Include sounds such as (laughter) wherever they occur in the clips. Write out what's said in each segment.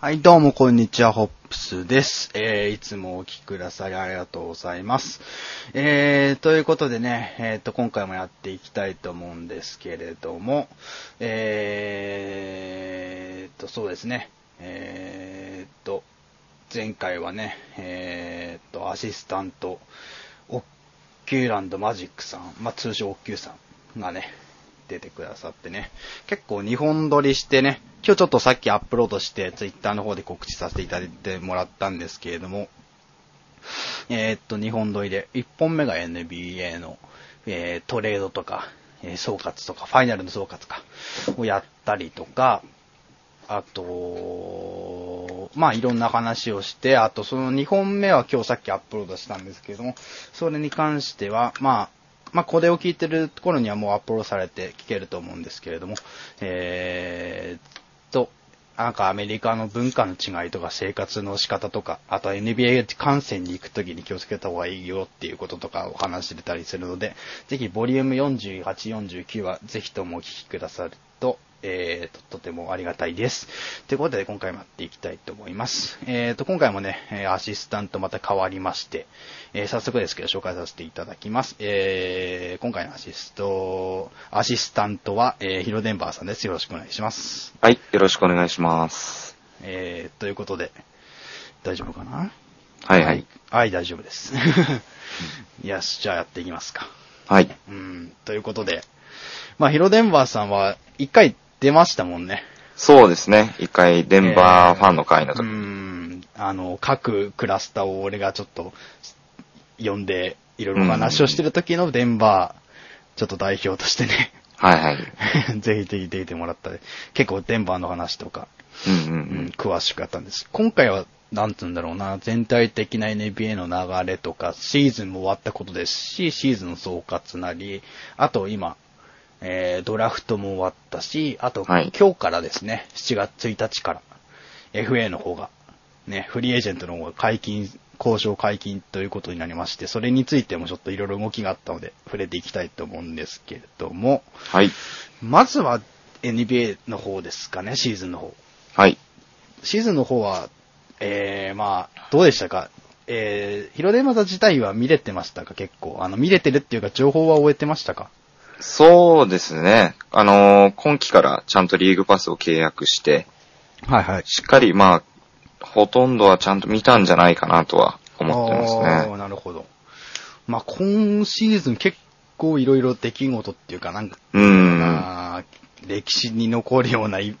はい、どうも、こんにちは、ホップスです。えー、いつもお聞きくださりありがとうございます。えー、ということでね、えーと、今回もやっていきたいと思うんですけれども、えーと、そうですね、えーと、前回はね、えーと、アシスタント、オッキューランドマジックさん、まあ、通称オッキューさんがね、出てくださってね、結構2本撮りしてね、今日ちょっとさっきアップロードして、ツイッターの方で告知させていただいてもらったんですけれども、えーっと、2本撮りで、1本目が NBA の、えートレードとか、えー総括とか、ファイナルの総括か、をやったりとか、あと、まあいろんな話をして、あとその2本目は今日さっきアップロードしたんですけれども、それに関しては、まあ、まあこれを聞いてるところにはもうアップロードされて聞けると思うんですけれども、えーっと、なんかアメリカの文化の違いとか生活の仕方とか、あとは NBA 観戦に行くときに気をつけた方がいいよっていうこととかお話ししてたりするので、ぜひボリューム48、49はぜひともお聞きくださると、えー、と、とてもありがたいです。ということで今回もやっていきたいと思います。えー、と、今回もね、えーアシスタントまた変わりまして、えー早速ですけど紹介させていただきます。えー、今回のアシスト、アシスタントは、えー、ヒロデンバーさんです。よろしくお願いします。はい、よろしくお願いします。えー、ということで、大丈夫かなはいはい。。はい、大丈夫 (laughs) です。よし、じゃあやっていきますか。はい。うん、ということで、まあ、ヒロデンバーさんは、一回出ましたもんね。そうですね。一回、デンバーファンの会のう時、ん、あの、各クラスターを俺がちょっと、呼んで、いろいろお話をしてる時のデンバー、ちょっと代表としてね、 (laughs) はいはい。ぜひぜひ出てもらったり、結構デンバーの話とか、うんううんん、詳しくやったんです。今回は、なんつうんだろうな、全体的な NBA の流れとか、シーズンも終わったことですし、シーズンの総括なり、あと今、えー、ドラフトも終わったし、あと、はい今日からですね、7月1日から、FA の方が、ね、フリーエージェントの方が解禁、交渉解禁ということになりまして、それについてもちょっといろいろ動きがあったので、触れていきたいと思うんですけれども、うん。はい。まずは NBA の方ですかね、シーズンの方。はい。シーズンの方は、えー、まあ、どうでしたかえー、ヒロデマザ自体は見れてましたか結構。あの、見れてるっていうか、情報は終えてましたかそうですね。あのー今期からちゃんとリーグパスを契約して、はいはい。しっかり、まあ、ほとんどはちゃんと見たんじゃないかなとは思ってますあーね。なるほど。まあ、今シーズン結構いろいろ出来事っていうか、なんか、うん。あー歴史に残るようない、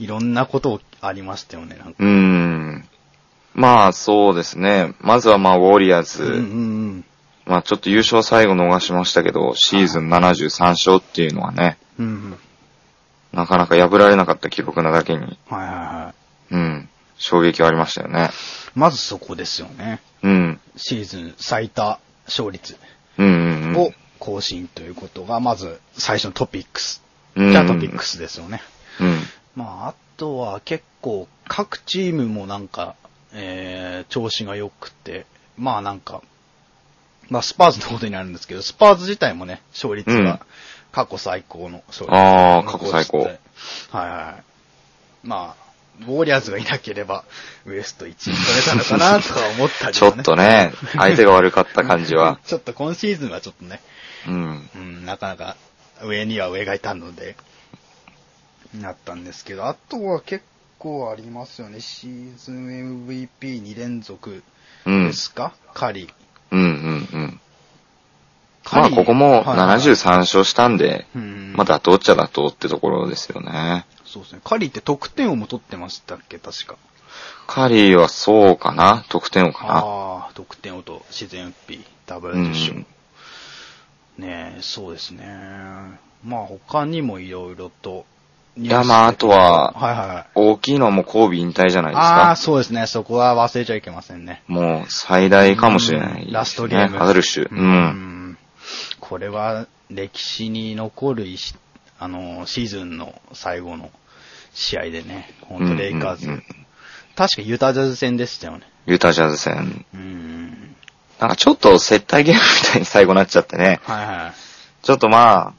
いろんなことありましたよね、なんか。うん。まあ、そうですね。まずはまあ、ウォリアーズ。うんうんまあ、ちょっと優勝最後逃しましたけど、シーズン73勝っていうのはね、うん。うんうん。なかなか破られなかった記録なだけに、はいはいはい。うん、衝撃はありましたよね。まずそこですよね。うん。シーズン最多勝率。うんうんうん。を更新ということが、まず最初のトピックス。うじんうんゃあトピックスですよね。うん。まあ、あとは結構各チームもなんか、えー、調子が良くて、まあなんか、まあスパーズのことになるんですけど、スパーズ自体もね、勝率うんが過去最高の勝率あー過去最高はいはい。まあ、ウォリアーズがいなければ、ウエスト1位取れたのかなとは思ったり (laughs) ちょも。っとね、相手が悪かった感じは (laughs) ちょっと今シーズンはちょっとね、うん。うん、なかなか上には上がいたので、なったんですけど、あとは結構ありますよね。シーズン MVP2 連続うん。うんですか、カリー。うんうん。カまリあ、ーここもはいはい73勝したんで、うんまあ、妥当っちゃ妥当ってところですよね。そうですね。カリーって得点王も取ってましたっけ確か。カリーはそうかな得点王かああー、得点王と自然 P、ダブなルう受賞。ん。ねえ、そうですね。まあ他にもいろいろと。いやまああとははいはいはい。大きいのはもうコービ引退じゃないですあかあー、。そうですね。そこは忘れちゃいけませんね。もう最大かもしれない、うんラストゲーム。ね、アザルシュ。うん。んこれは歴史に残る一あの、シーズンの最後の試合でね、本当レイカーズ、うんうんうん確かユタジャズ戦でしたよね。ユタジャズ戦。うん。なんかちょっと接待ゲームみたいに最後なっちゃってね。はいはい。ちょっとまあ、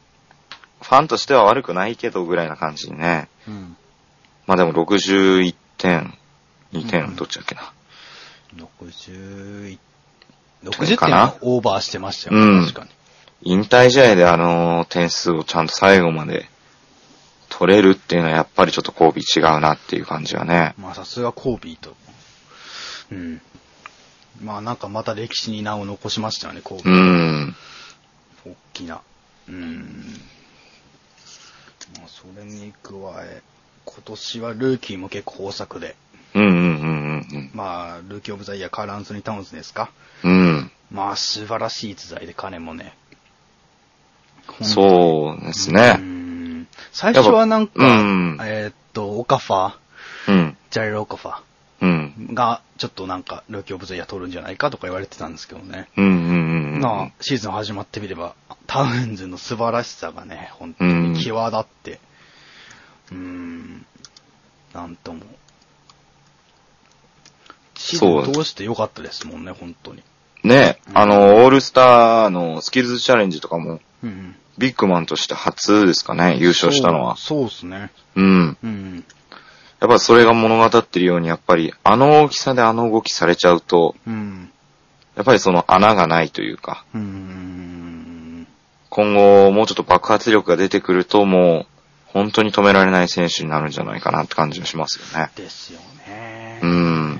ファンとしては悪くないけどぐらいな感じにね。うん。まあでも61点。 2点をどっちだっけな。 60、60点はオーバーしてましたよね、うん確かに。引退試合であの点数をちゃんと最後まで取れるっていうのはやっぱりちょっとコービー違うなっていう感じはね。まあさすがコービーと。うん。まあなんかまた歴史に名を残しましたよね、コービー。うん。大きな。うん。まあ、それに加え、今年はルーキーも結構豊作で、うんうんうんうんまあ、ルーキーオブザイヤー、カール・アンソニー・タウンズですか。うん。うん。まあ、素晴らしい逸材で、彼もね。うそうですうね。ん最初はなんか、やっぱうんえーっと、オカファー、うん。ジャイロ・オカファうん。ーが、ちょっとなんか、ルーキーオブザイヤー取るんじゃないかとか言われてたんですけどね。うんうんうん。なあ、シーズン始まってみれば、タウンズの素晴らしさがね、本当に際立って、うーん、なんとも。シーズン通して良かったですもんね、本当に。ね、あの、オールスターのスキルズチャレンジとかも、うん。ビッグマンとして初ですかね、優勝したのは。そうですね。うん。うん。やっぱそれが物語ってるように、やっぱり、あの大きさであの動きされちゃうと、うん。やっぱりその穴がないというか、うーん。今後もうちょっと爆発力が出てくると、もう、本当に止められない選手になるんじゃないかなって感じがしますよね。ですよね。うん。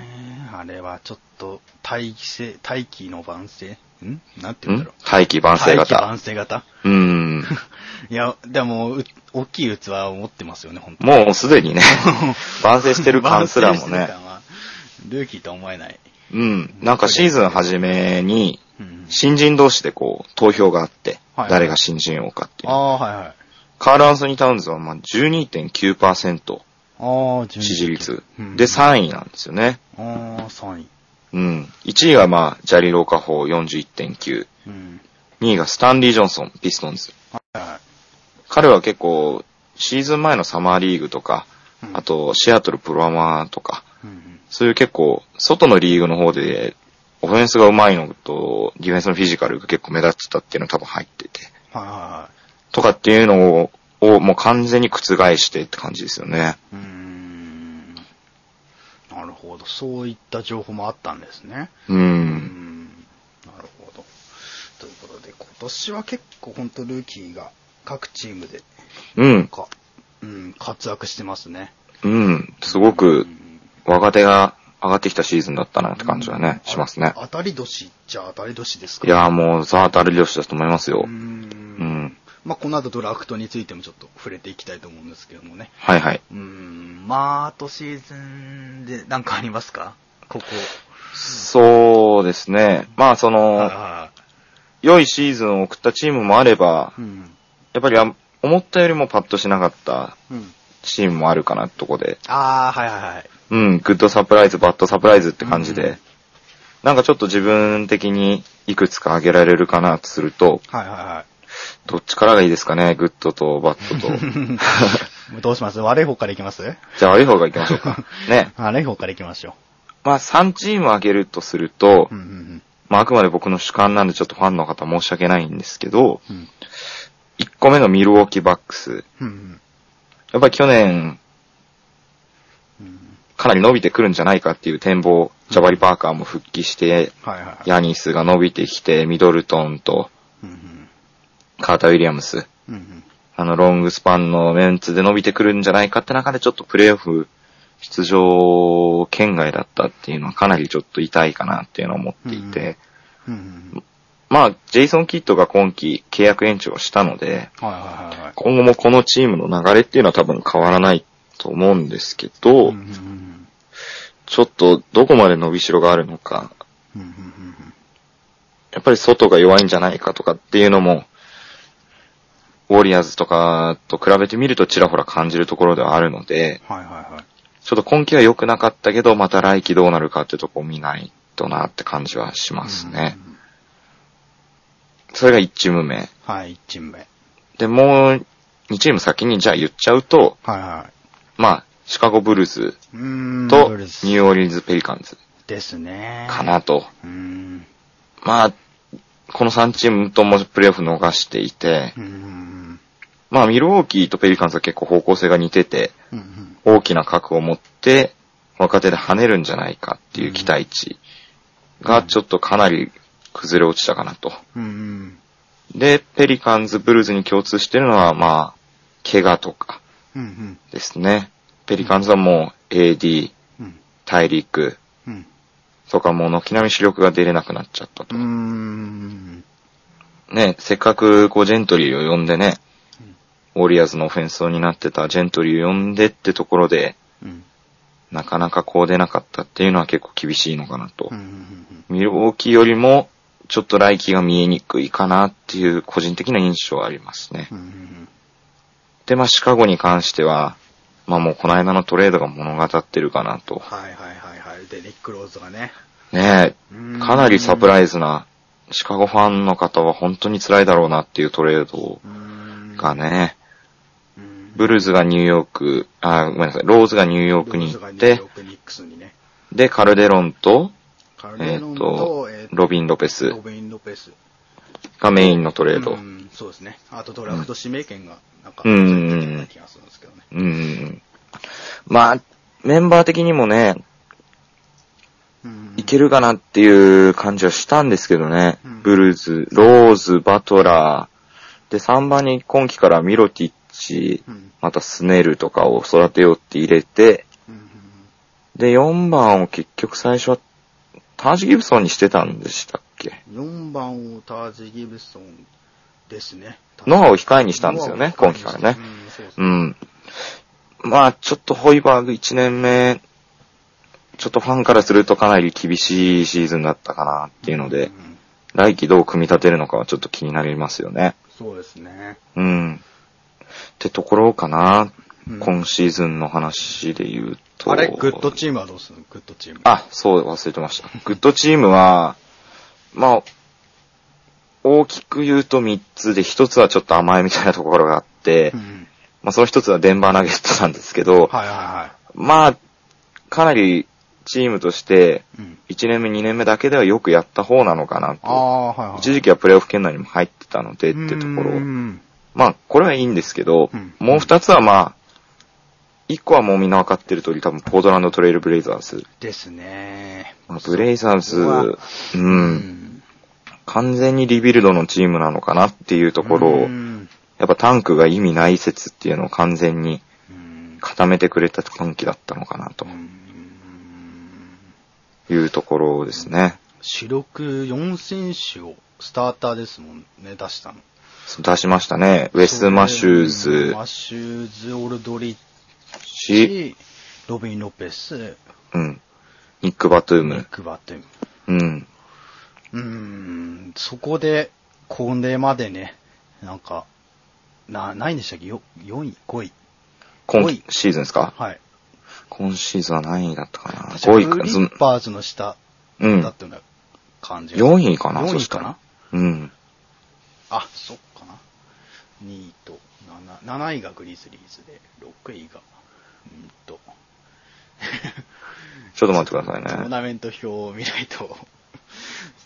あれはちょっと、大気性、大気の万性んなんて言うんだんろう。大気晩成大気型。万性型うん。いや、でも、う大きい器を持ってますよね、本当に。もうす (laughs) でにね、 (laughs) 晩成してる感すらもバウンスしてるね。感は。ルーキーとは思えない。うん。なんかシーズン初めに、うん新人同士でこう、投票があって、はい誰が新人王かっていあう。あ、はいはい。あカール・アンソニー・タウンズはまあ12.9%あ、順位支持率。うんで、3位なんですよね。ああ、3位。うん。1位はまあ、ジャリローカホー41.9。うん。 2位がスタンリー・ジョンソン、ピストンズ。はいはい。彼は結構、シーズン前のサマーリーグとか、うんあ、と、シアトルプロアマーとか、うんうんそういう結構、外のリーグの方で、オフェンスが上手いのと、ディフェンスのフィジカルが結構目立ってたっていうのが多分入ってて。はいはとかっていうのを、をもう完全に覆してって感じですよね。いはい。うーん。なるほど。そういった情報もあったんですね。う。うんん。なるほど。ということで、今年は結構本当ルーキーが各チームで、うん。か、うん、活躍してますね。うん。すごくう、ん若手が上がってきたシーズンだったなって感じはね、しますね。当たり年っちゃ当たり年ですかいやーもう、ザータル漁師だと思いますようー。。うんん。まあ、この後ドラフトについてもちょっと触れていきたいと思うんですけどもね。はいはい。うーん。まあ、あとシーズンで何かありますかここ。そうですね。まあ、その、ああ。良いシーズンを送ったチームもあればう、ん。やっぱりあ思ったよりもパッとしなかったうん。チームもあるかなってとこで、ああ、はいはいはい。うん、グッドサプライズ、バッドサプライズって感じうでん、なんかちょっと自分的にいくつか挙げられるかなとすると、はいはどっちからがいいですかね、グッドとバッ (laughs) ドと。(laughs) いはい。どうします悪い方からいきますじゃあ悪い方がいきましょう (laughs) か。ね。悪い方からいきましょまあ3チーム挙げるとするとう。う、んうんまああくまで僕の主観なんでちょっとファンの方申し訳ないんですけど、うん。うん。 1個目のミルウォーキーバックス。うんやっぱり去年、うん。うん。かなり伸びてくるんじゃないかっていう展望、ジャバリ・パーカーも復帰して、はいはいはい。ヤニスが伸びてきて、ミドルトンとうんうん。カーター・ウィリアムス、うんうん。あの、ロングスパンのメンツで伸びてくるんじゃないかって中でちょっとプレイオフ出場圏外だったっていうのはかなりちょっと痛いかなっていうのを思っていて、うんうん。まあ、ジェイソン・キッドが今季契約延長をしたので、はいはいはいはい。今後もこのチームの流れっていうのは多分変わらないと思うんですけど、うんうんうんちょっとどこまで伸びしろがあるのか、うんうんうんうん。やっぱり外が弱いんじゃないかとかっていうのも、ウォリアーズとかと比べてみるとちらほら感じるところではあるので、はいはいはい。ちょっと今季は良くなかったけど、また来季どうなるかってとこを見ないとなって感じはしますね。うんうんうん。それが1チーム目。はい、1チーム目。はいで、もう2チーム先にじゃあ言っちゃうと、はまあ、シカゴブルーズい。うーん。とブニルュズーオーリンズペリカンズですね。か。なと。うーん。まあ、この3チームともプレイオフ逃していてう、んうんまあ、ミルウォーキーとペリカンズは結構方向性が似てて、うん。うんうん。大きな核を持って、若手で跳ねるんじゃないかっていう期待値がちょっとかなり崩れ落ちたかなと。うんうん。で、ペリカンズ、ブルーズに共通してるのは、まあ、怪我とかうんうん。ですね。ペリカンズはもう AD、うん大陸うん。とかもう軒並み主力が出れなくなっちゃったうと。ーん。ね、せっかくこうジェントリーを呼んでね、ウォリアーズのオフェンスを担ってたジェントリーを呼んでってところで、うん。なかなかこう出なかったっていうのは結構厳しいのかなとうんうんう。んミルウォーキーよりも、ちょっと来季が見えにくいかなっていう個人的な印象はありますねうん。うんうんで、まあ、シカゴに関しては、まあもうこの間のトレードが物語ってるかなと。はいはいはいはい。で、ニック・ローズがね。ねえ、かなりサプライイズな、シカゴファンの方は本当に辛いだろうなっていうトレードズが。ね、うんブルーズがニューヨーク、あ、ごめんなさい、ローズがニューヨークにローズ行っがニューてヨ、ークニックスにね。で、カルデロンと、カルえデっ、ロンとと、えー、ロビン・ロペスロビン・ロペス。がメインのトレーうド。んそうですね。あとドラフト指名権が、なんか、うんうんう出んてた気がするんですけどね。うん。まあ、メンバー的にもね、うんいけるかなっていう感じはしたんですけどね。うんブルーズ、ローズ、バトラー。で、3番に今季からミロティッチ、うんまたスネルとかを育てようって入れて、うんうんで、4番を結局最初は、タージ・ギブソンにしてたんでしたっけ4番をタージ・ギブソンですね。ノアを控えにしたんですよね、ノアを控えに今季しかたらね。うんそうですうねん。まあ、ちょっとホイバーグ1年目、ちょっとファンからするとかなり厳しいシーズンだったかなっていうので、ん来季どう組み立てるのかはちょっと気になりますよね。そうですね。うん。ってところかな、うん今シーズンの話で言うと。あれ、グッドチームはどうするのグッドチーム。あ、そう、忘れてました。グッドチームは、まあ、大きく言うと3つで、1つはちょっと甘いみたいなところがあって、うんまあその1つはデンバーナゲットなんですけど、はいはいはまあ、かなりチームとして、い。うん1年目、2年目だけではよくやった方なのかなあと。あ、はいはい。一時期はプレイオフ圏内にも入ってたのでってところう。んまあ、これはいいんですけど、うんもう2つはまあ、1個はもうみんなわかってる通り、多分ポートランドトレイルブレイザーズ。ですね。まあブレイザーそこズ、うん、。完全にリビルドのチームなのかなっていうとところをう、んやっぱタンクが意味ない説っていうのを完全にうん固めてくれた今季だったのかなとうんいうところですね。主力4選手をスターターですもんね、出したの。出しましたね。ウェス・マシューうんズ、マシューズ、オルドリッチ、し、ロビン・ロペス、うん。ニック・バトゥーニッム。ク・バテン。うん。うーん、そこで、これまでね、なんか、な、ないんでしたっけ ?4 位 ?5 位今おいシーズンですかはい。今シーズンは何位だったかな確か ?5 フ位か。リッパーズの下うん。だったような感じが。 4位かな4そ位したからな。うん。あ、そっかな。2位と7、7位がグリズリーズで、6位が、うんと。ちょっと待ってくださトーいね。ナメント表を見ないと、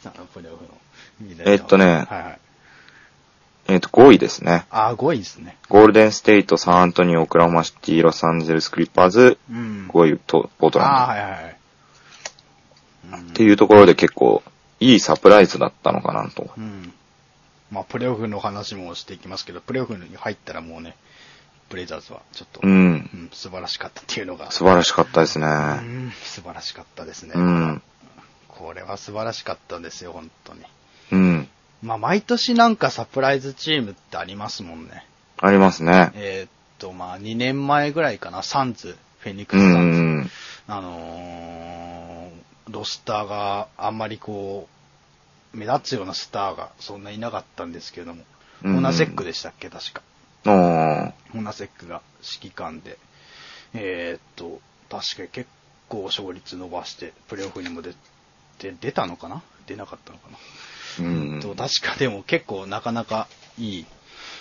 スタンプレオフの見ないえっとねはいはい。えっ、と、5位ですね。あ、5位ですね。ゴールデンステイト、サンアントニオ、オクラホマシティ、ロサンゼルス、クリッパーズ、うん。位。 5位、とポートあー、ランはいはいはい。うんド。っていうところで結構、いいサプライズだったのかなと。うん。まあ、プレオフの話もしていきますけど、プレオフに入ったらもうね、ブレイザーズはちょっと、う。うんん素晴らしかったっていうのが、素晴らしかったですね。うん素晴らしかったですね。うん。これは素晴らしかったですよ、本当に。うん。まあ、毎年なんかサプライズチームってありますもんね。ありますね。えーっと、まあ、2年前ぐらいかな、サンズ、フェニックうスサンズ。ん。あのーロスターがあんまりこう、目立つようなスターがそんないなかったんですけれども、オうんナセックでしたっけ、確か。おー。オナセックが指揮官で、えーっと、確かに結構勝率伸ばして、プレーオフにも出て、出たのかな出なかったのかな、うんと。確かでも結構なかなかいい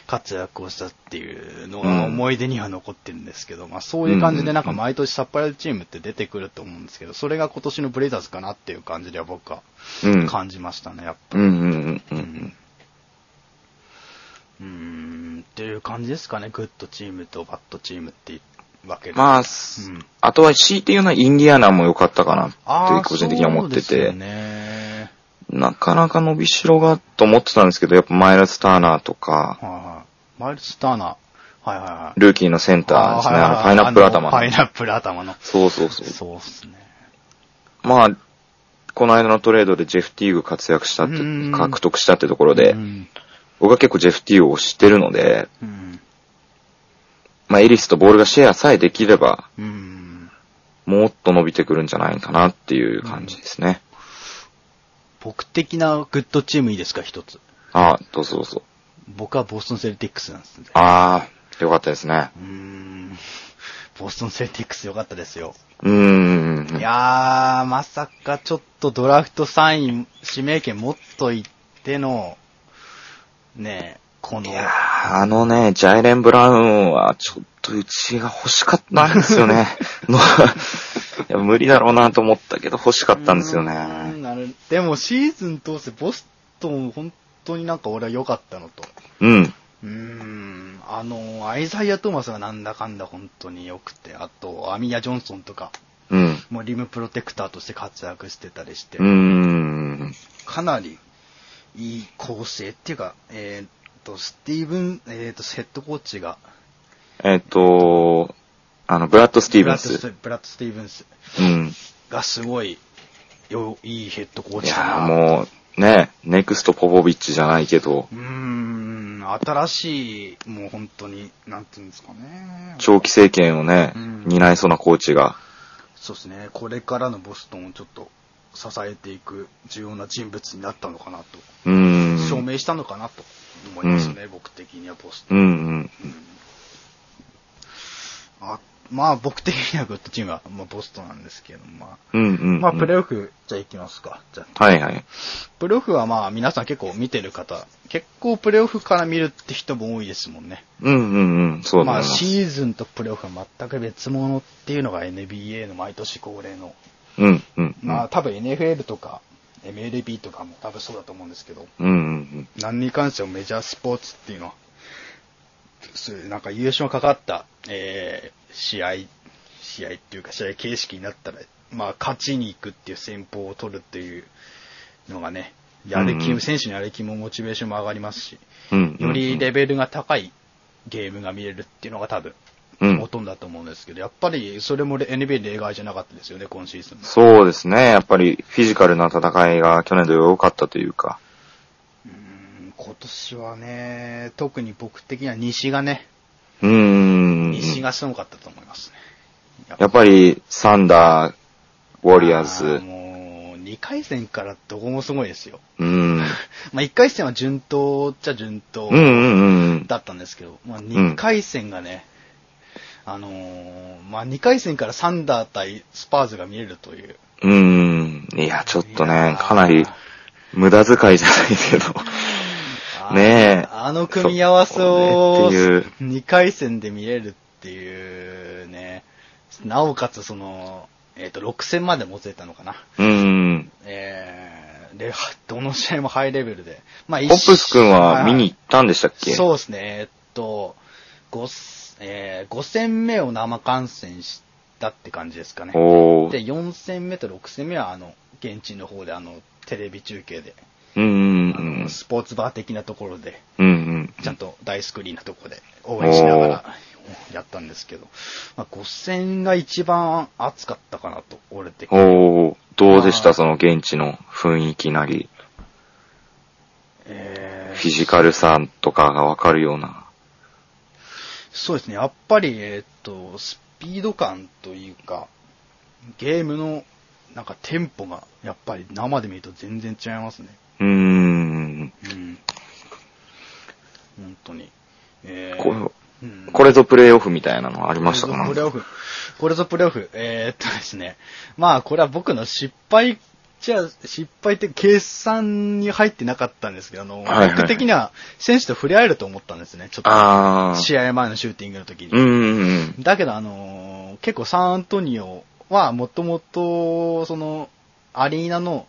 活躍をしたっていうのが思い出には残ってるんですけど、まあそういう感じでなんか毎年サプライズチームって出てくると思うんですけど、それが今年のブレイザーズかなっていう感じでは僕はうん。感じましたね、やっぱうり。んうんうんううんん。うーん、っていう感じですかね、グッドチームとバッドチームってわけで。まあ、んあとは強いて言うのはインディアナも良かったかなあーって個人的には思ってそうですて、ね。なかなか伸びしろがと思ってたんですけど、やっぱマイルス・ターナーとか、はいはい。マイルス・ターナー。はいはいはい。ルーキーのセンターですね、あのーパイナップル頭あのパイの。ナップル頭の。そうそうそう。そうっすね。まあ、この間のトレードでジェフ・ティーグ活躍したってうん、獲得したってところでう、ん。僕は結構ジェフ・ティーグを推してるので、うん。まあエリスとボールがシェアさえできれば、うん。もっと伸びてくるんじゃないかなっていう感じですね。僕的なグッドチームいいですか、一つ。ああ、どうぞどうぞ。僕はボストンセルティックスなんですんで。ああ、よかったですね。うーん。ボストンセルティックス良かったですよ。うーん。いやー、まさかちょっとドラフト3位指名権持っといての、ねえ、この、あのね、ジャイレン・ブラウンは、ちょっとうちが欲しかったんです (laughs) よね。のいや無理だろうなと思ったけど欲しかったんですようーね。ん。あれでもシーズン通してボストン本当になんか俺は良かったのと。うん。うーん。あの、アイザイア・トーマスがなんだかんだ本当に良くて、あと、アミヤ・ジョンソンとか、うん。もうリムプロテクターとして活躍してたりして、うーん。かなりいい構成っていうか、えー、と、スティーブン、えー、と、ヘッドコーチが、えっと、あの、ブラッド・スティーブブンラッドス。ブラッド・スティーブンスうん。がすごい、よ、いいヘッドコーいチやだな。ーもう、ね、ネクスト・ポポビッチじゃないけど、うーん、新しい、もう本当に、なんていうんですかね。長期政権をねうん、担いそうなコーチが。そうですね、これからのボストンをちょっと支えていく重要な人物になったのかなと、うーん。証明したのかなと思いますね、僕的にはボストうン。んうん。あまあ僕的にはグッドチームは、まあ、ボストンなんですけど、まうんうんうあ、ん。まあプレーオフ、じゃあ行きますか。じゃあはいはい。プレーオフはまあ皆さん結構見てる方、結構プレーオフから見るって人も多いですもんね。うんうんうん。そうだまなあシーズンとプレーオフは全く別物っていうのが NBA の毎年恒例の、うんうん。まあ多分 NFL とか MLB とかも多分そうだと思うんですけど、うんうん何に関してもメジャースポーツっていうのは、そういうなんか優勝がかかった、えー試合、試合っていうか試合形式になったら、まあ勝ちに行くっていう戦法を取るっていうのがね、やる気うんうも、ん選手のやる気もモチベーションも上がりますし、うん。うんよりレベルが高いゲームが見れるっていうのが多分、うんほとんどだと思うんですけど、やっぱりそれも NBA 例外じゃなかったですよね、今シーズンも。そうですね。やっぱりフィジカルな戦いが去年と良かったというか。うん今年はね、特に僕的には西がね、うーん。西がすごかったと思いますね。やっぱりサンダー、ウォリアーあズ。もう、2回戦からどこもすごいですよ。うん。まあ、1回戦は順当っちゃ順当うんうんうん。だったんですけど、まあ、2回戦がね、あのーまあ、2回戦からサンダー対スパーズが見れるという。うん。いや、ちょっといやー、ねかなり無駄遣いじゃないけど。あねえあの組み合わせを、そうねっていう2回戦で見れるっていうね、なおかつその、えっ、と、6戦までもつれたのかな。うん。えー、で、は (laughs) どの試合もハイレベルで。まあ、ポップス君は見に行っったんでしたっけそうですね。えっと、5、えー、5戦目を生観戦したって感じですかね。おで、ー。 4戦目と6戦目は、あの、現地の方で、あの、テレビ中継で、うんうんあうのん。スポーツバー的なところで、うんうん。ちゃんと大スクリーンなところで応援しながらやったんですけど、まあ、5戦が一番熱かったかなと、俺的に。おー。どうでしあーたその現地の雰囲気なり、えーフィジカルさとかがわかるような。そうですね、やっぱり、えーっと、スピード感というか、ゲームの、なんかテンポが、やっぱり生で見ると全然違いますね。うーん。うん。本当に。えーこれ、うんこれぞプレイオフみたいなのありましたかこれぞプレーなオフ。これぞプレーオフ。えーっとですね。まあ、これは僕の失敗、じゃあ、失敗って計算に入ってなかったんですけど、あの、はいはい僕的には選手と触れ合えると思ったんですね。ちょっと、あー。試合前のシューティングの時に。うーん。だけど、あのー結構サンアントニオはもともと、その、アリーナの、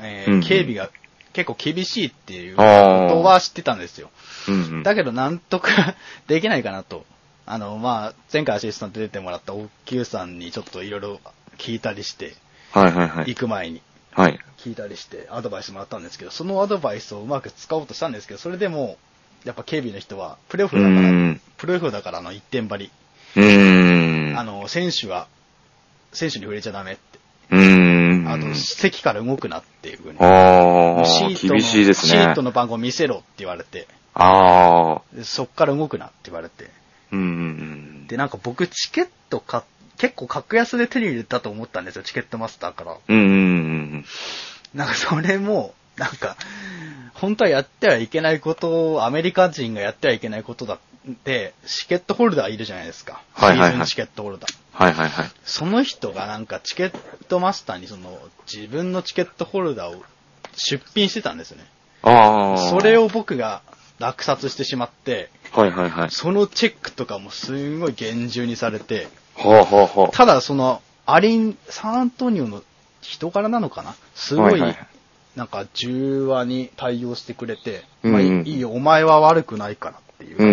えーうんうん警備が結構厳しいっていうこあーとは知ってたんですよ。うんうん。 (laughs) だけど、なんとかできないかなと。あの、まあ、前回アシスタント出てもらったおきゅうさんにちょっといろいろ聞いたりして、はいはいは行い。く前にはい。聞いたりしてアドバイスもらったんですけど、そのアドバイスをうまく使おうとしたんですけど、それでも、やっぱ警備の人は、プレーオフうだから、ーん。プレーオフだからあの1点張り、うーん。あの、選手は、選手に触れちゃダメって、うーん。あと、席から動くなっていうふうに、あシあ、ートの厳しいですシーねト。の番号見せろって言われて、ああ、でそっから動くなって言われて、うんうんで、なんか僕チケットか、結構格安で手に入れたと思ったんですよ、チケットマスターから。うん。うんうんなんかそれも、なんか、本当はやってはいけないことを、アメリカ人がやってはいけないことだって、チケットホルダーいるじゃないですか。はいはいはいシーズンチケットホルダー。はいはいはい。その人がなんかチケットマスターにその、自分のチケットホルダーを出品してたんですよね。ああ。それ。を僕が落札してしまって、はいはいはい。そのチェックとかもすんごい厳重にされて、はあはあはあ。ただその、アリン、サンアントニオの人柄なのかなすごはいいはいはい、なんか、重話に対応してくれて、うんまあ、いいよ、お前は悪くないからっていうう感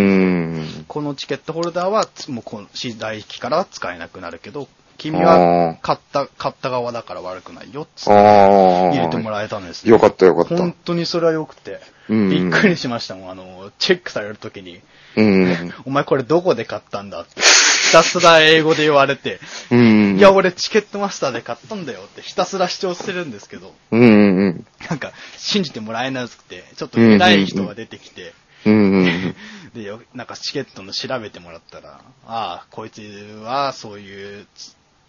じで。ん。このチケットホルダーは、つもうこの、次第期からは使えなくなるけど、君はあー買った、買った側だから悪くないよっつってああ。入れてもらえたんですよかったよかった。本当にそれは良くて、うんびっくりしましたもん、あの、チェックされるときに、うん。お前これどこで買ったんだって、ひたすら英語で言われて、うん。いや、俺チケットマスターで買ったんだよってひたすら主張してるんですけど、うんうんうん。なんか、信じてもらえなくて、ちょっと偉い人が出てきて、うんうんうん。で、よなんかチケットの調べてもらったら、ああ、こいつはそういう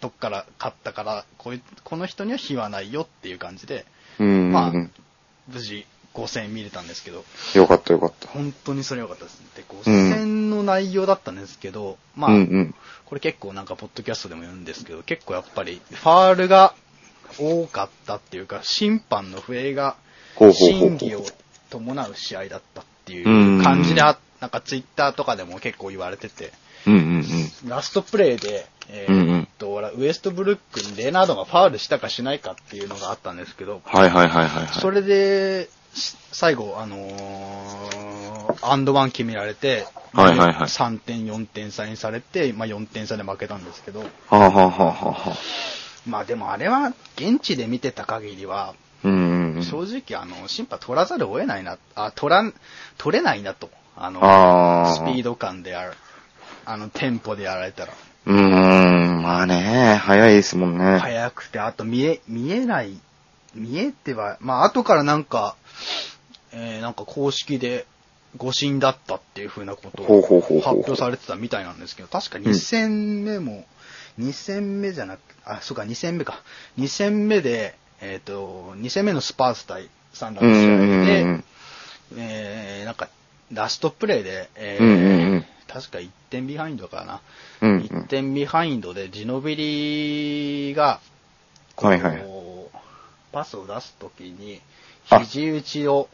とこから買ったから、こいこの人には非はないよっていう感じで、うん。まあ、無事5000見れたんですけど、よかったよかった。本当にそれ良かったですね。で、5000の内容だったんですけど、まあ、うんうん。これ結構なんか、ポッドキャストでも言うんですけど、結構やっぱり、ファールが多かったっていうか、審判の笛がほうほうほう審ほ議をう。伴う試合だったっていうんう感じであ、なんかツイッターとかでも結構言われてて、うんうんうん。ラストプレーで、えうんうーんっと、ウエストブルックにレナードがファールしたかしないかっていうのがあったんですけど、はいはいはいはい。それ。れで、し最後、あのーアンドワン決められて、はいはいはい3点、4点差にされて、まあ4点差で負けたんですけど、はあはあはあはあはあ。まあでもあれは、現地で見てた限りは、うんうん。正直、あの、審判取らざるを得ないな、あ、取らん、取れないなと。あの、ああ。スピード感である、あの、テンポでやられたら。うーん、まあね、早いですもんね。速くて、あと見え、見えない、見えては、まあ、後からなんか、えー、なんか公式で誤審だったっていう風なことほうほうをほうほう発表されてたみたいなんですけど、確か2戦目も、2戦目じゃなく、あ、そうか、2戦目か。2戦目で、えっ、と、2戦目のスパース対サンダーうんの試うんう合んうでん、。えー、なんか、ラストプレーで、えーうんうんうん確か1点ビハインドかな。うんうん1点ビハインドで、ジノビリが、こうはいはいパスを出すときに、あ肘打ちを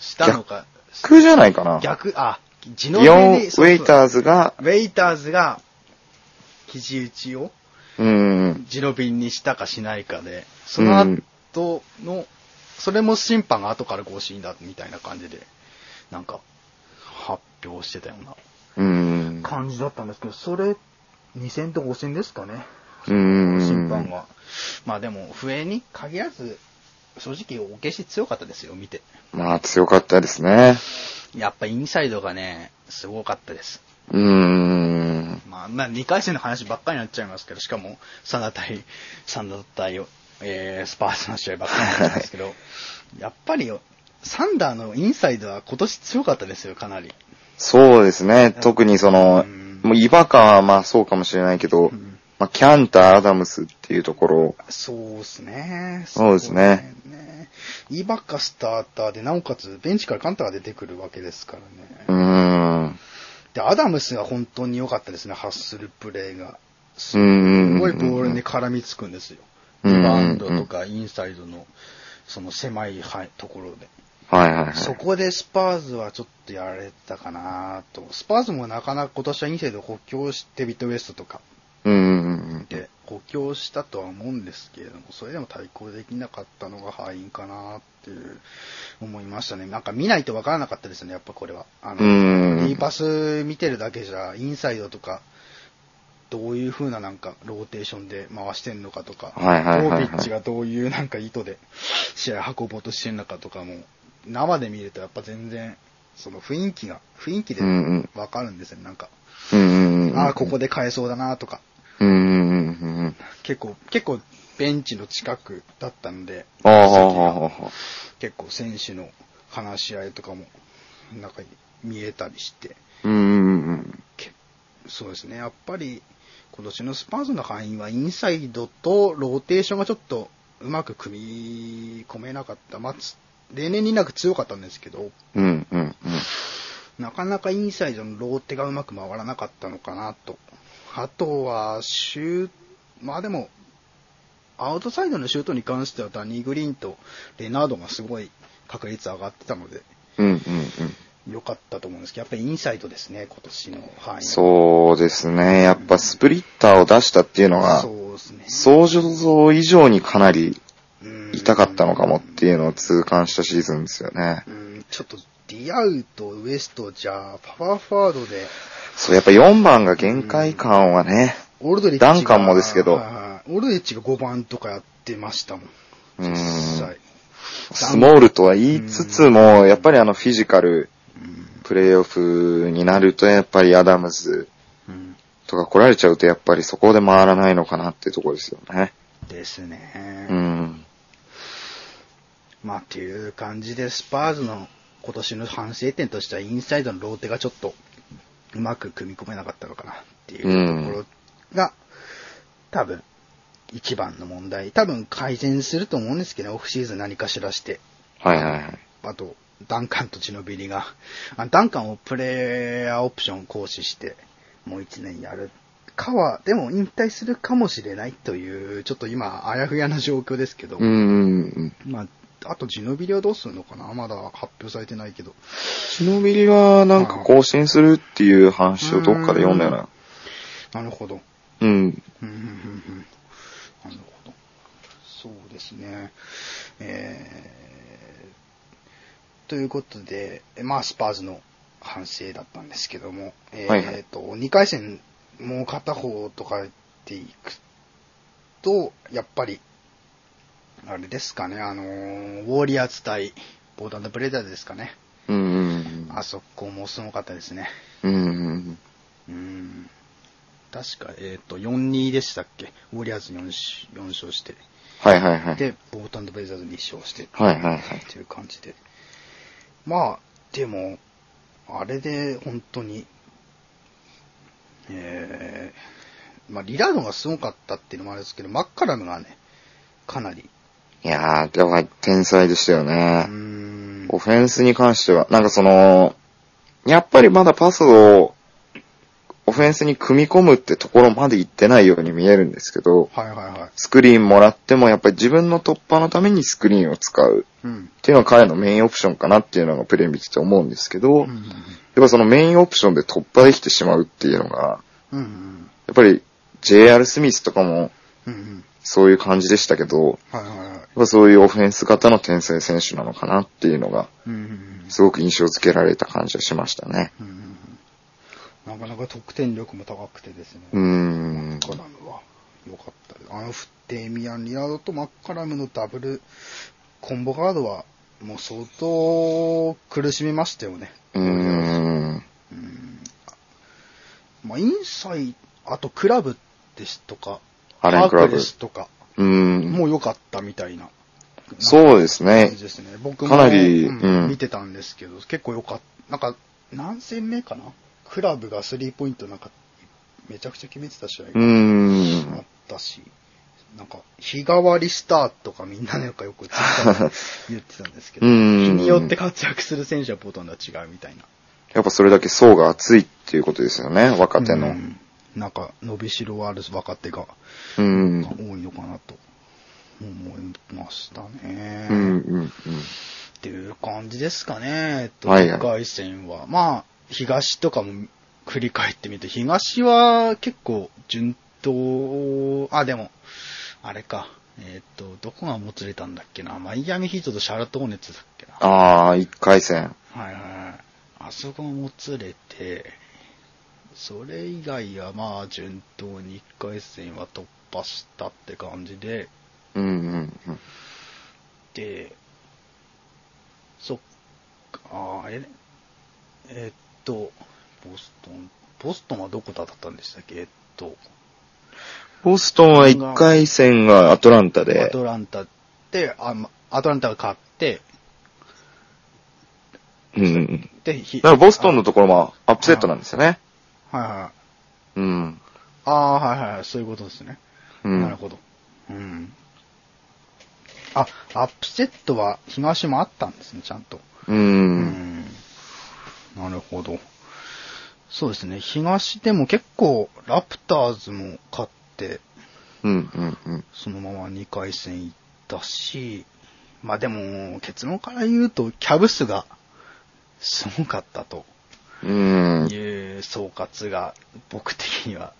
したのか、空じゃないかな。逆、あ、ジノビイリ、オンウェイーターズが、ウェイターズが、肘打ちをうんうん。ジノビリにしたかしないかで、その後の、それも審判が後から更新だみたいな感じで、なんか、発表してたようなうん。感じだったんですけど、それ、2戦と5戦ですかね。うん。審判。は。まあでも、笛に限らず、正直、お消し強かったですよ、見て。まあ強かったですね。やっぱインサイドがね、すごかったです。うーん。まあ、まあ、2回戦の話ばっかりになっちゃいますけど、しかも、サンダ対、サンダ対、えー、スパースの試合ばっかりになっちゃいますけど、やっぱりよ、サンダーのインサイドは今年強かったですよ、かなり。そうですね。特にそのうん、もうイバカはまあそうかもしれないけどうん、まあキャンター、アダムスっていうところ、そうですね。そうですねそうだよね。イバカスターターで、なおかつ、ベンチからカンタが出てくるわけですからね。うーん。で、アダムスが本当に良かったですね、ハッスルプレーが。すうんうんうんうんごいボールに絡みつくんですよ。うリんうんうんバウンドとかインサイドの、その狭い範囲ところで。はいはいはい。そこでスパーズはちょっとやられたかなと。スパーズもなかなか今年はインサイド補強してビットウエストとかうんうんうん。で補強したとは思うんですけれども、それでも対抗できなかったのが敗因かなっていう思いましたね。なんか見ないとわからなかったですよね、やっぱこれは。あの、うんリーパス見てるだけじゃ、インサイドとか、どういう風ななんかローテーションで回してんのかとか、はいはいはいはいドービッチがどういうなんか意図で試合運ぼうとしてんのかとかも、生で見るとやっぱ全然、その雰囲気が、雰囲気でうんうんわかるんですよね、なんか。うんうん。ああ、ここで変えそうだなとか、うんうんうんうん。結構、結構ベンチの近くだったので、ああ、席がああ、結構選手の話し合いとかも、なんか見えたりして、うんうんうん。けそうですね、やっぱり今年のスパーズの範囲はインサイドとローテーションがちょっとうまく組み込めなかった。まあつ例年になく強かったんですけど、うんうんうん。なかなかインサイドのローテがうまく回らなかったのかなと。あとは、シュー、まあでも、アウトサイドのシュートに関してはダニー・グリーンとレナードがすごい確率上がってたので、うんうんうん。良かったと思うんですけど、やっぱりインサイドですね、今年の範囲。う。そうですね。やっぱスプリッターを出したっていうのがそ、うですね。想像以上にかなりうん痛かったのかもっていうのを痛感したシーズンですよね。うん、ちょっと、ディアウとウエストじゃ、パワーフォワードで、そう、やっぱ4番が限界感はね、オールドリッチが。ダンカンもですけどはいはいオールドリッチが5番とかやってましたもん。うん実際。スモールとは言いつつも、やっぱりあのフィジカル、プレイオフになるとやっぱりアダムズうんとか来られちゃうとやっぱりそこで回らないのかなってとこですよね。ですね。うん。まあ、っていう感じで、スパーズの今年の反省点としては、インサイドのローテがちょっと、うまく組み込めなかったのかなっていうところが、多分、一番の問題。多分改善すると思うんですけど、オフシーズン何かしらして。はいはいはい。あと、ダンカンとチノビリが、あダンカンをプレイヤーオプション行使して、もう一年やるかは、でも引退するかもしれないという、ちょっと今、あやふやな状況ですけど、うんうんうん。まあ、あとジノビリはどうするのかなまだ発表されてないけど。シノビリはなんか更新するっていう話をどっかで読んだよな。なるほど。うん。うんうんうんうんなるほど。そうですね。えー、ということで、まあ、スパーズの反省だったんですけども、えーはいはいと、2回戦、もう片方とかっていくと、やっぱり、あれですかね、あのーウォーリアーズ対ボーダーのブレザーズですかね。うんうんあそこもすごかったですね。うん。うんうんうん確か、えっ、と、4-2でしたっけウォリアーズ 4, し4勝して、はいはいはい。で、ボータンとブレイザーズ2勝して、はいはいはい。という感じで。まあ、でも、あれで本当に、えー、まあ、リラードがすごかったっていうのもあるんですけど、マッカラムがね、かなり、いやー、でも天才でしたようねー。ん、オフェンスに関しては、なんかその、やっぱりまだパスを、オフェンスに組み込むってところまで行ってないように見えるんですけど、はいはいはい。スクリーンもらってもやっぱり自分の突破のためにスクリーンを使ううん。っていうのは彼のメインオプションかなっていうのがプレイ見てて思うんですけど、うやっん。ぱそのメインオプションで突破できてしまうっていうのが、うん。うん。やっぱり JR スミスとかもうんうん。そういう感じでしたけど、はいはいはい。やっぱそういうオフェンス型の天才選手なのかなっていうのが、うんうんうん。すごく印象付けられた感じはしましたね。うんうんうんなかなか得点力も高くてですね、うーマん。ッカラムは良かったですあのフテミアン・リラードとマッカラムのダブルコンボガードはもう相当苦しみましたよね。うーん。まあ、インサイあとクラブですとか、アレンクラパブークですとか、うーん。もう良かったみたいなそうです感ねじ。ですね。僕もかなりうんうん見てたんですけど、結構良かった。なんか、何戦目かなクラブがスリーポイントなんか、めちゃくちゃ決めてた試合がうあーっん。たし、なんか、日替わりスターとかみんななんかよくツイッターで言ってたんですけど、う日んによって活躍する選手はほとんど違うみたいな。やっぱそれだけ層が厚いっていうことですよね、若手の。ううんなんか、伸びしろある若手がーん。多いのかなと思いましたね。うん。うん。っていう感じですかね、えっと、はいはい1回戦は。まあ、東とかも振り返ってみて、東は結構順当、あ、でも、あれか、えーっと、どこがもつれたんだっけな、マイアミヒートとシャルトーネッツだっけな。ああ、一回戦。はいはいはい。あそこがもつれて、それ以外はまあ順当に1回戦は突破したって感じで、うんうんうん。で、そっか、あーえ、えっと、ボストン、ボストンはどこだったんでしたっけえっと、ボストンは一回戦がアトランタアで、トランタで、あまアトランタが勝って、うんうん。で、ひだからボストンのところもアップセットなんですよね。あはいはい。うん。ああー、はいはい、そういうことですね。うん。なるほど。うん。あ、アップセットは東もあったんですね、ちゃんと。うう。んん。なるほど。そうですね、東でも結構ラプターズも勝って、うんうんうん。そのまま2回戦行ったし、まあでも、結論から言うと、キャブスがすごかったとうんい。う総括が僕的には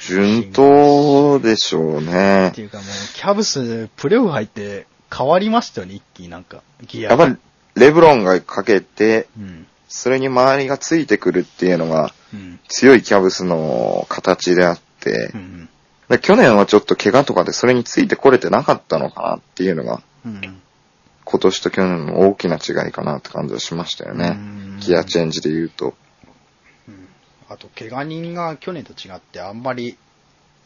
順当でしょうねって。いうかもう、キャブス、プレオフ入って変わりましたよね、一気になんか。ギアやっが。ぱり、レブロンがかけて、うん。それに周りがついてくるっていうのが、うん。強いキャブスの形であってう、ん。で去年はちょっと怪我とかでそれについてこれてなかったのかなっていうのが、うん。今年と去年の大きな違いかなって感じはしましたようねん。ギアチェンジで言うと。あと、怪我人が去年と違って、あんまり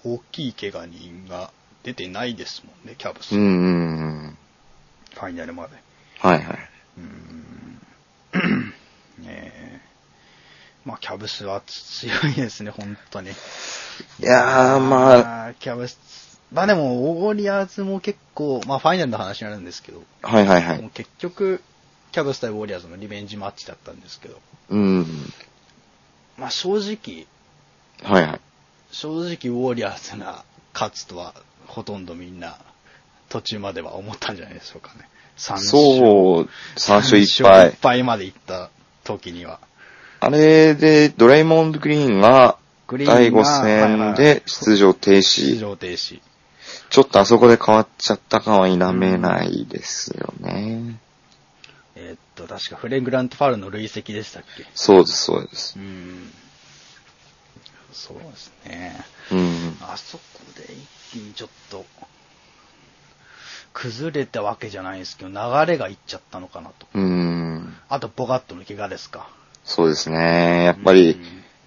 大きい怪我人が出てないですもんね、キャブス。うんうんうん。ファイナルまで。はいはい。ねえ。まあ、キャブスは強いですね、本当に。いやー、まあ、あー。キャブス。まあでも、ウォリアーズも結構、まあファイナルの話になるんですけど、はいはいはもうい。結局、キャブス対ウォリアーズのリベンジマッチだったんですけど、うん。まあ正直、はいはい。正直ウォリアーズが勝つとは、ほとんどみんな、途中までは思ったんじゃないでしょうかね。3そう、3勝1三勝敗一。敗まで行った時には。あれで、ドレイモンド・グリーンが、グリーンが第5戦で出場停出止。場停止。ちょっとあそこで変わっちゃった感は否めないですよね。えーっと、確かフレグラントファウルの累積でしたっけそうです、そうですう。ん。そうですね。うん。あそこで一気にちょっと、崩れたわけじゃないですけど、流れがいっちゃったのかなと。うん。あと、ボガットの怪我ですか。そうですね。やっぱり、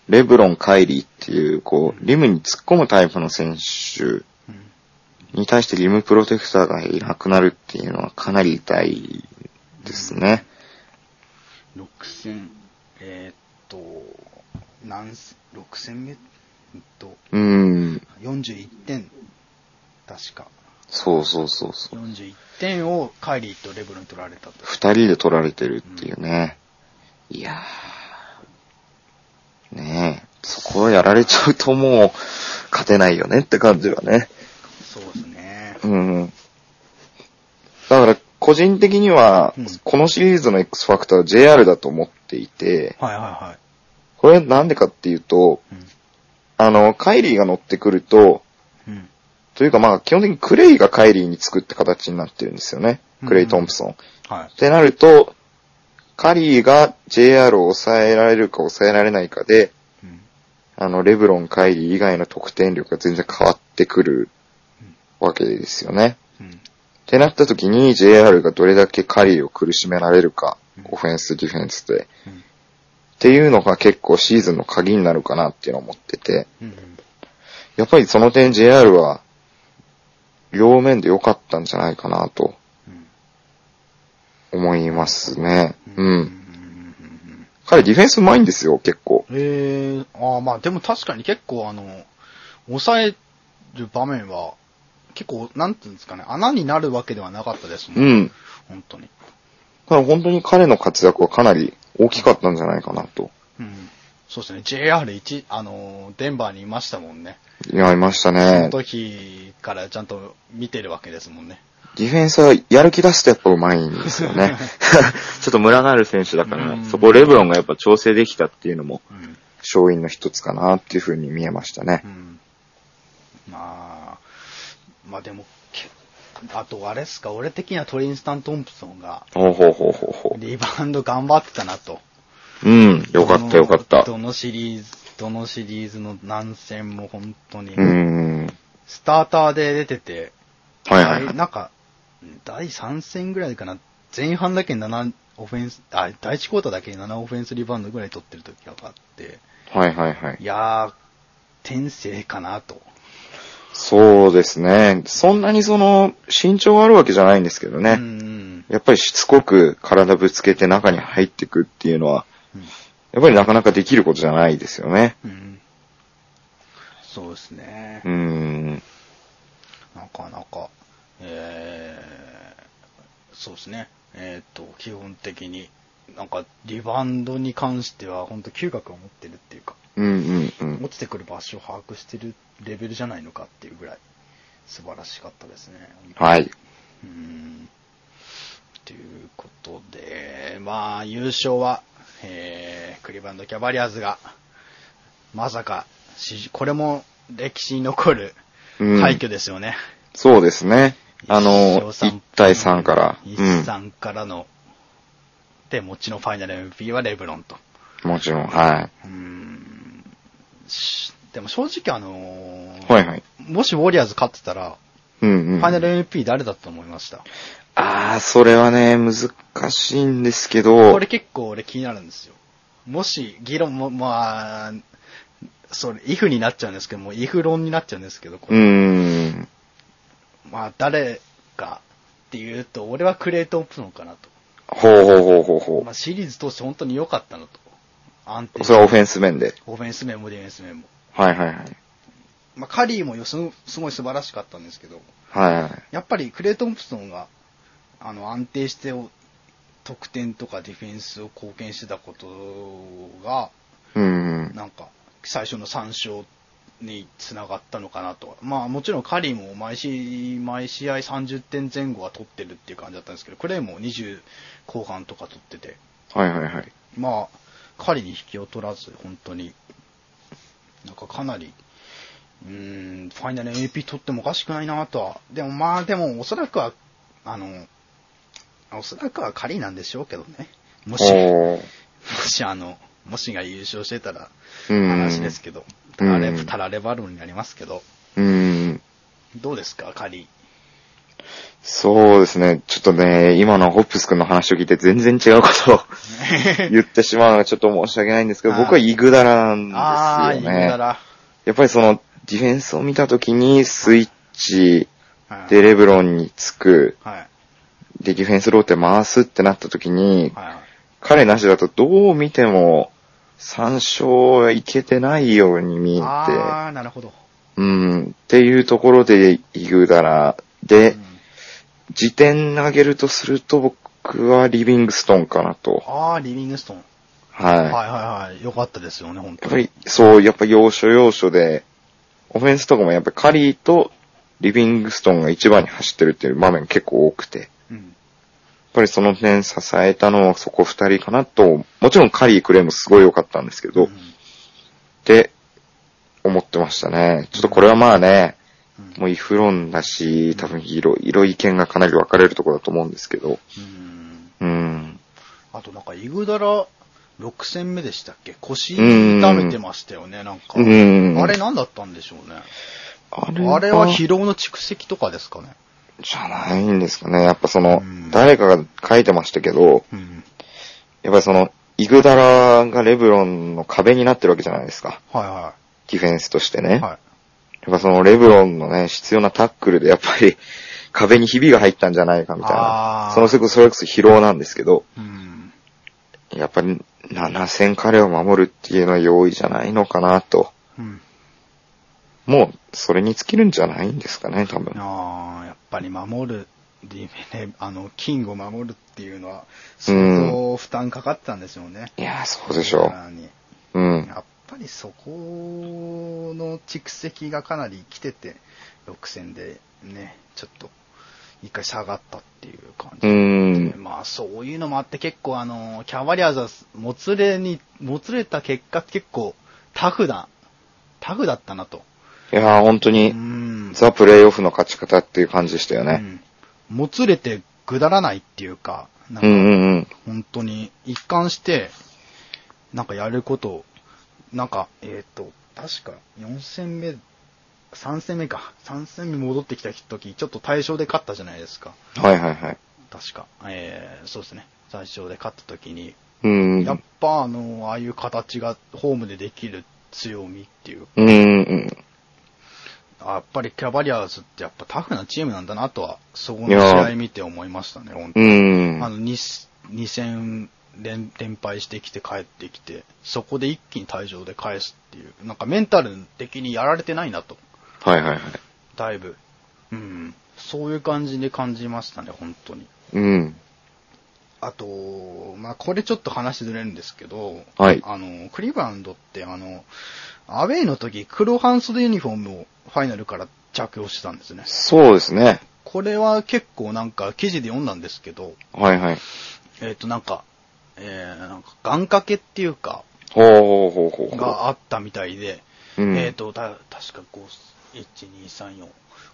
レブロン・カイリーっていう、こう、リムに突っ込むタイプの選手うんに対してリムプロテクターがいなくなるっていうのはかなり痛いですね。 6戦、えーっと、何せ、6戦目えっと、うん。 41点、確か。そうそうそうそう。 41点をカイリーとレブロンに取られたと。二人で取られてるっていうね。いやー。ねえ。そこをやられちゃうともう、勝てないよねって感じはね。そうですね。うん。だから、個人的にはうん、このシリーズの X ファクターは JR だと思っていて、はいはいはい。これなんでかっていうと、あの、カイリーが乗ってくると、うん。うん。というかまあ、基本的にクレイがカイリーにつくって形になってるんですよね。クレイ・トンプソン。はいっ。てなると、カリーが JR を抑えられるか抑えられないかで、うん。あの、レブロン、カイリー以外の得点力が全然変わってくるわけですよね。うん。ってなった時に JR がどれだけカリーを苦しめられるかうん、オフェンス、ディフェンスで。うんっていうのが結構シーズンの鍵になるかなっていうのを思ってて、うん。やっぱりその点 JR は、両面で良かったんじゃないかなとうん。思いますね。ううんん。彼ディフェンスうまいんですよ、結構。えー、ああ、まあでも確かに結構あの、抑える場面は、結構、なんていうんですかね、穴になるわけではなかったですも。うんん。本当に。だから本当に彼の活躍はかなり大きかったんじゃないかなと。うん。そうですね、JR1、あの、デンバーにいましたもんね。いや、いましたそねの。時からちゃんと見てるわけですもんね。ディフェンスはやる気出すとやっぱうまいんですよね。 (laughs) ちょっとムラがある選手だかうんら、そこをレブロンがやっぱ調整できたっていうのもうん。勝因の一つかなっていうふうに見えましたねう。ん。まあ、まあでも、けあとあれっすか、俺的にはトリンスタン・トンプソンがほうほうほうほうほリバウンド頑張ってたなと。う。うん、よかったよかった。どのシリーズ、どのシリーズの何戦も本当に。うん。スターターで出てて、はいはいはあれい。なんか、第3戦ぐらいかな、前半だけ7オフェンス、あ、第1クォーターだけ7オフェンスリバウンドぐらい取ってる時があって、はいはいはいい。やー、天性かなと。そうですね。そんなにその、身長があるわけじゃないんですけどね。うんうん。やっぱりしつこく体ぶつけて中に入ってくっていうのは、うんやっぱりなかなかできることじゃないですよね。うん。そうですねう。ん。なかなか、えー、そうですね。えっ、と、基本的に、なんか、リバウンドに関しては、本当嗅覚を持ってるっていうか、うんうんうん落。ちてくる場所を把握してるレベルじゃないのかっていうぐらい、素晴らしかったですね。はい。うん。ということで、まあ、優勝は、えー、クリバンド・キャバリアーズが、まさか、しこれも歴史に残るうん快挙ですよね。そうですね。あの、一勝1対3から。う1ん。 3からの、で、もちろんファイナル MVP はレブロンと。もちろん、はうーん。しでも正直あのーい。はいはい。もしウォリアーズ勝ってたら、うんうん。ファイナル MVP 誰だと思いました、あー、それはね、難しいんですけど。これ結構俺気になるんですよ。もし、議論も、まあ、それ、イフになっちゃうんですけども、イフ論になっちゃうんですけど、こうれーん。まあ、誰かっていうと、俺はクレイトン・プノンかなと。ほうほうほうほうほまあ、シリーズ通して本当に良かったのと。安定う。それはオフェンス面で。オフェンス面もディフェンス面も。はいはいはい。まあ、カリーもよすすごい素晴らしかったんですけど、はいはい。やっぱりクレイ・トンプソンがあの安定してお得点とかディフェンスを貢献してたことが、うーん。なんか最初の3勝につながったのかなと。まあもちろんカリーも毎試毎試合30点前後は取ってるっていう感じだったんですけど、クレイも20後半とか取ってて、はいはいはい。まあ、狩りに引きを取らず、本当に、なんかかなり、うーん、ファイナル AP 取ってもおかしくないなとは。でもまあ、でもおそらくは、あの、おそらくは狩りなんでしょうけどね。もし、もおー。しあの、もしが優勝してたら、うーん。話ですけど、たらうれ、んたられバルになりますけど、うーん。どうですか、狩り。そうですね。ちょっとね、今のホップス君の話を聞いて全然違うこ (laughs) とを言ってしまうのがちょっと申し訳ないんですけど、あー僕はイグダラなんですよね。ああ、いいんだら。やっぱりその、ディフェンスを見たときにスイッチはいでレブロンにつく、はい。で、ディフェンスローテ回すってなったときに、はい。彼なしだとどう見ても参勝はいけてないように見えて、ああ、なるほど。うん、っていうところでイグダラうで、ん時点上げるとすると僕はリビングストンかなと。ああ、リビングストン。はい。はいはいはい。よかったですよね、本や当っに。ぱり、そう、やっぱ要所要所で、オフェンスとかもやっぱカリーとリビングストンが一番に走ってるっていう場面結構多くて、やっうん。ぱりその点支えたのはそこ二人かなと、もちろんカリークレーもすごい良かったんですけど、うっんて思ってましたね。ちょっとこれはまあね、うんもうイフロンだし、多分いろいろ意見がかなり分かれるところだと思うんですけど、うんうん。あとなんか、イグダラ6戦目でしたっけ腰痛めてましたよね、なんか。うんあれ何だったんでしょうね。ああれは疲労の蓄積とかですかね。じゃないんですかね。やっぱそうの、ん誰かが書いてましたけど、うん。やっぱりその、イグダラがレブロンの壁になってるわけじゃないですか。はいはディフェンスとしてい。ね。はやっぱそのレブロンのね、必要なタックルでやっぱり壁にひびが入ったんじゃないかみたいあなー。そのせこそれこそ疲労なんですけど、い。うん。やっぱり7戦彼を守るっていうのは容易じゃないのかなと。うん。もう、それに尽きるんじゃないんですかね、多分。ああ、やっぱり守る、ディフェね、あの、キングを守るっていうのは、うん相当負担かかってたんでしょうね。いやー、そうでしょう。う。うん。やっぱりそこの蓄積がかなり来てて、6戦でね、ちょっと一回下がったっていう感うじ。ん。まあそういうのもあって結構あの、キャバリアーズはもつれに、もつれた結果結構タフだ、タフだったなと。いやー、本当うに、ん。ザ・プレイオフの勝ち方っていう感じでしたようね。ん。もつれてくだらないっていうか、なんうか、んうんうん。本当に一貫して、なんかやることを、なんか、えっ、と、確か4戦目、3戦目か。3戦目戻ってきた時、ちょっと対象で勝ったじゃないですか。はいはいはい。確か。えー、そうですね。最初で勝った時に、うん。やっぱあの、ああいう形がホームでできる強みっていううんうんあやっぱりキャバリアーズってやっぱタフなチームなんだなとは、そこのい試やー合見て思いましたね、本当うに。ん。あうん。の2、2戦連連敗してきて帰ってきて、そこで一気に退場で返すっていう、なんかメンタル的にやられてないなと、はいはいはい。だいぶ。うん。そういう感じで感じましたね、本当に。うん。あと、まあ、これちょっと話ずれるんですけど、はいあの、クリーブランドって、あの、アウェイの時、黒半袖ユニフォームをファイナルから着用してたんですね。そうですね。これは結構なんか記事で読んだんですけど、はいはい。えっ、となんか、えー、なんか願掛けっていうか、ほうほうほうほうほう。があったみたいで、うんえっ、と、た、確か5、1、2、3、4、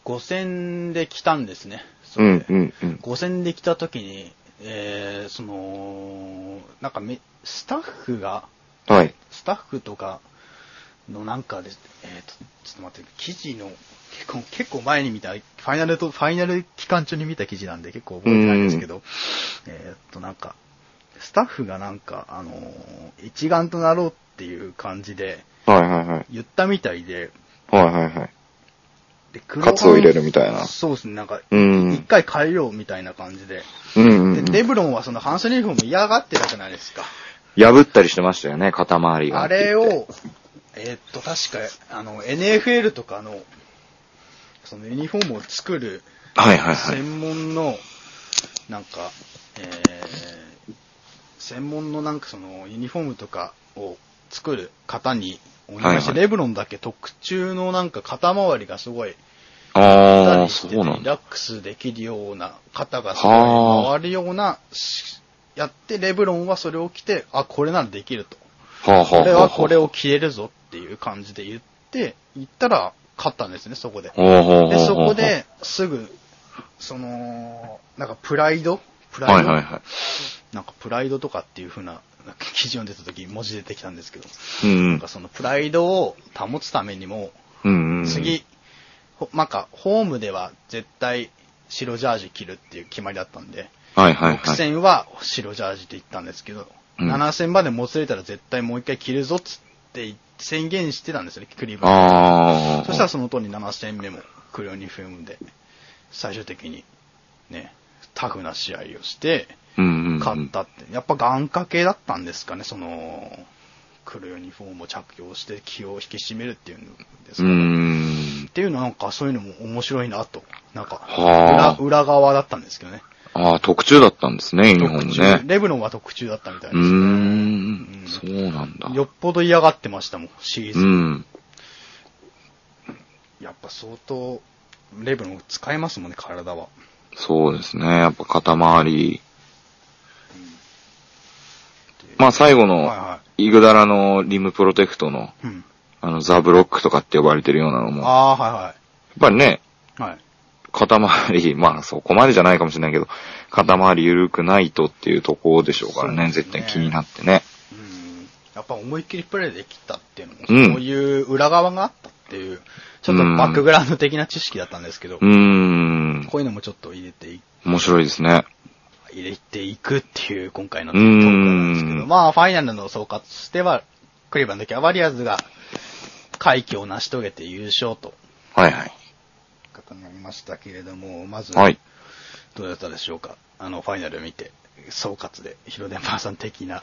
5戦で来たんですね。そうれんでうんうん。 5戦で来た時に、えー、その、なんかめ、スタッフが、はい。スタッフとかのなんかです、えっ、と、ちょっと待って、記事の、結構、結構前に見た、ファイナルと、ファイナル期間中に見た記事なんで結構覚えてないんですけど、えっと、なんか、スタッフがなんか、あのー一丸となろうっていう感じではいはいはい。言ったみたいで、はいはいはい。で、カツを入れるみたいなそうですね、なんか、うん一回変えようみたいな感じで。うんうんうで、ん。デブロンはそのハンスリーフも嫌がってたじゃないですか。破ったりしてましたよね、肩周りが。あれ。を、えーっと、確か、あの、NFL とかの、そのユニフォームを作るはいはいはい。専門の、なんか、えー専門のなんかそのユニフォームとかを作る方にお願いして、はいはいレブロンだけ特注のなんか肩周りがすごい、ありあ、しそてうなんリだ。ラックスできるような肩がすごいはあ回るような、しやって、レブロンはそれを着て、あ、これならできると。はあはあこれはあはこれを消えるぞっていう感じで言って、言ったら勝ったんですね、そこで。ほうほうほうほうで、そこ、ですぐ、その、なんかプライドプラはイいド、はいはなんかプライドとかっていう風な、なんか記事読んでた時文字出てきたんですけど、い。うんうなんんか。そのプライドを保つためにも、うんうん。。次、ほなんかホームでは絶対白ジャージ着るっていう決まりだったんで、はいはい6はい。戦は白ジャージで行ったんですけど、うん7戦までもつれたら絶対もう一回着るぞっつって宣言してたんですよね、クリーブランあド。あ。そしたらその通り7戦目もクリオニフィウムで、最終的にね、タフな試合をして、うんうんうん。勝ったって。やっぱ眼掛けだったんですかね、その、黒ユニフォームを着用して気を引き締めるっていうんですかうーね。んっ。ていうのはなんかそういうのも面白いなと。なんかはあ裏、裏側だったんですけどね。ああ、特注だったんですね、ユニフォー特ム注ね。レブロンは特注だったみたいうーですね。ん。そうなんだ。よっぽど嫌がってましたもん、シリーうズン。ん。やっぱ相当、レブロン使えますもんね、体は。そうですね。やっぱ肩周り。まあ最後はいの、はイグダラのリムプロテクトの、い。うん。あの、ザブロックとかって呼ばれてるようなのも、やっああ、はぱりね、いはい。はい。肩周り、 (laughs) まあそこまでじゃないかもしれないけど、肩周り緩くないとっていうところでしょうからね、そうです絶ね対気になってね。うん。やっぱ思いっきりプレーできたっていうのも、うんそういう裏側があったっていう、ちょっとバックグラウンド的な知識だったんですけど、うーん。こういうのもちょっと入れてい面白いですね。入れていくっていう今回のトークなんですけうど、んまあファイナルの総括としては、クリーバンドキャバリアーズが快挙を成し遂げて優勝とはいはい。いうことになりましたけれども、まず、はい。どうだったでしょうか。あの、ファイナル見て、総括で、ヒロデンパーさん的な。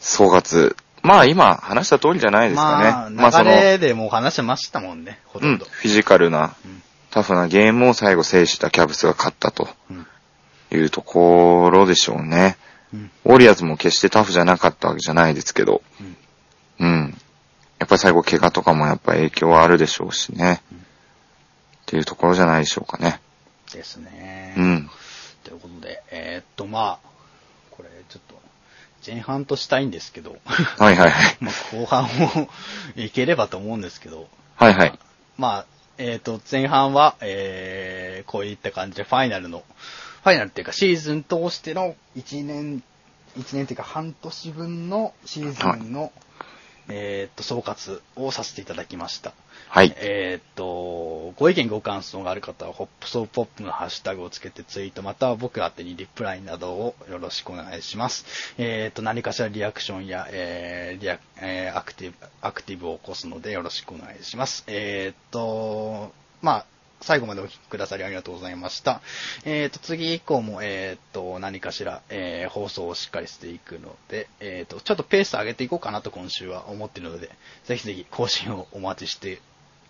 総括。まあ今話した通りじゃないですまかあ、ね。まあそ流の、れでもう話してましたもんね、ほとうんん、ど。フィジカルな、タフなゲームを最後制したキャブスが勝ったとうん。うん。いうところでしょうね。うん。ウォリアーズも決してタフじゃなかったわけじゃないですけど、うん。うん。やっぱり最後怪我とかもやっぱ影響はあるでしょうしね。っていうところじゃないでしょうかね。ですね。うん。ということで、えーっと、まあ、これ、ちょっと、前半としたいんですけど、 (laughs) はいはいはい。まあ、後半もいければと思うんですけど、はいはい。まあ、えっ、と、前半は、えー、こういった感じでファイナルの、ファイナルっていうかシーズン通しての1年、1年っていうか半年分のシーズンの、えっ、と、総括をさせていただきました。はい。えーっと、ご意見ご感想がある方は、ホップソーポップのハッシュタグをつけてツイート、または僕宛てにリプライなどをよろしくお願いします。えーっと、何かしらリアクションや、えーリアえーアクティブ、アクティブを起こすのでよろしくお願いします。えーっと、まあ、最後までお聞きくださりありがとうございました。えーっと、次以降も、えーっと、何かしら、えー放送をしっかりしていくので、えーっと、ちょっとペース上げていこうかなと今週は思っているので、ぜひぜひ更新をお待ちして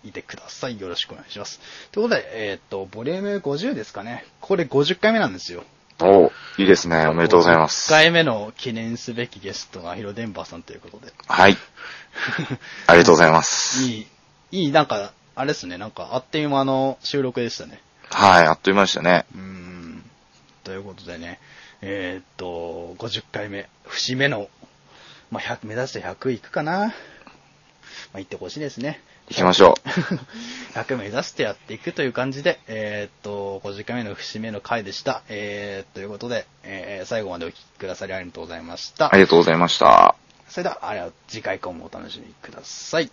いてください。よろしくお願いします。ということで、えーっ、と、ボリューム50ですかね。これ50回目なんですよ。おいいですね。おめでとうございます。 50回目の記念すべきゲストがヒロデンバーさんということで。はい。ありがとうございます。 (laughs) いい、いい、なんか、あれですね、なんか、あっという間の収録でしたね。はい、あっという間でしたね。うーん。ということでね、えーっと、50回目、節目の、まあ、100、目指して100いくかな。まあ、行ってほしいですね。行きましょう。 (laughs) 100目指してやっていくという感じで、えーっと、50回目の節目の回でした。えーということで、えー最後までお聞きくださりありがとうございました。ありがとうございました。それでは、あれは次回以降もお楽しみください。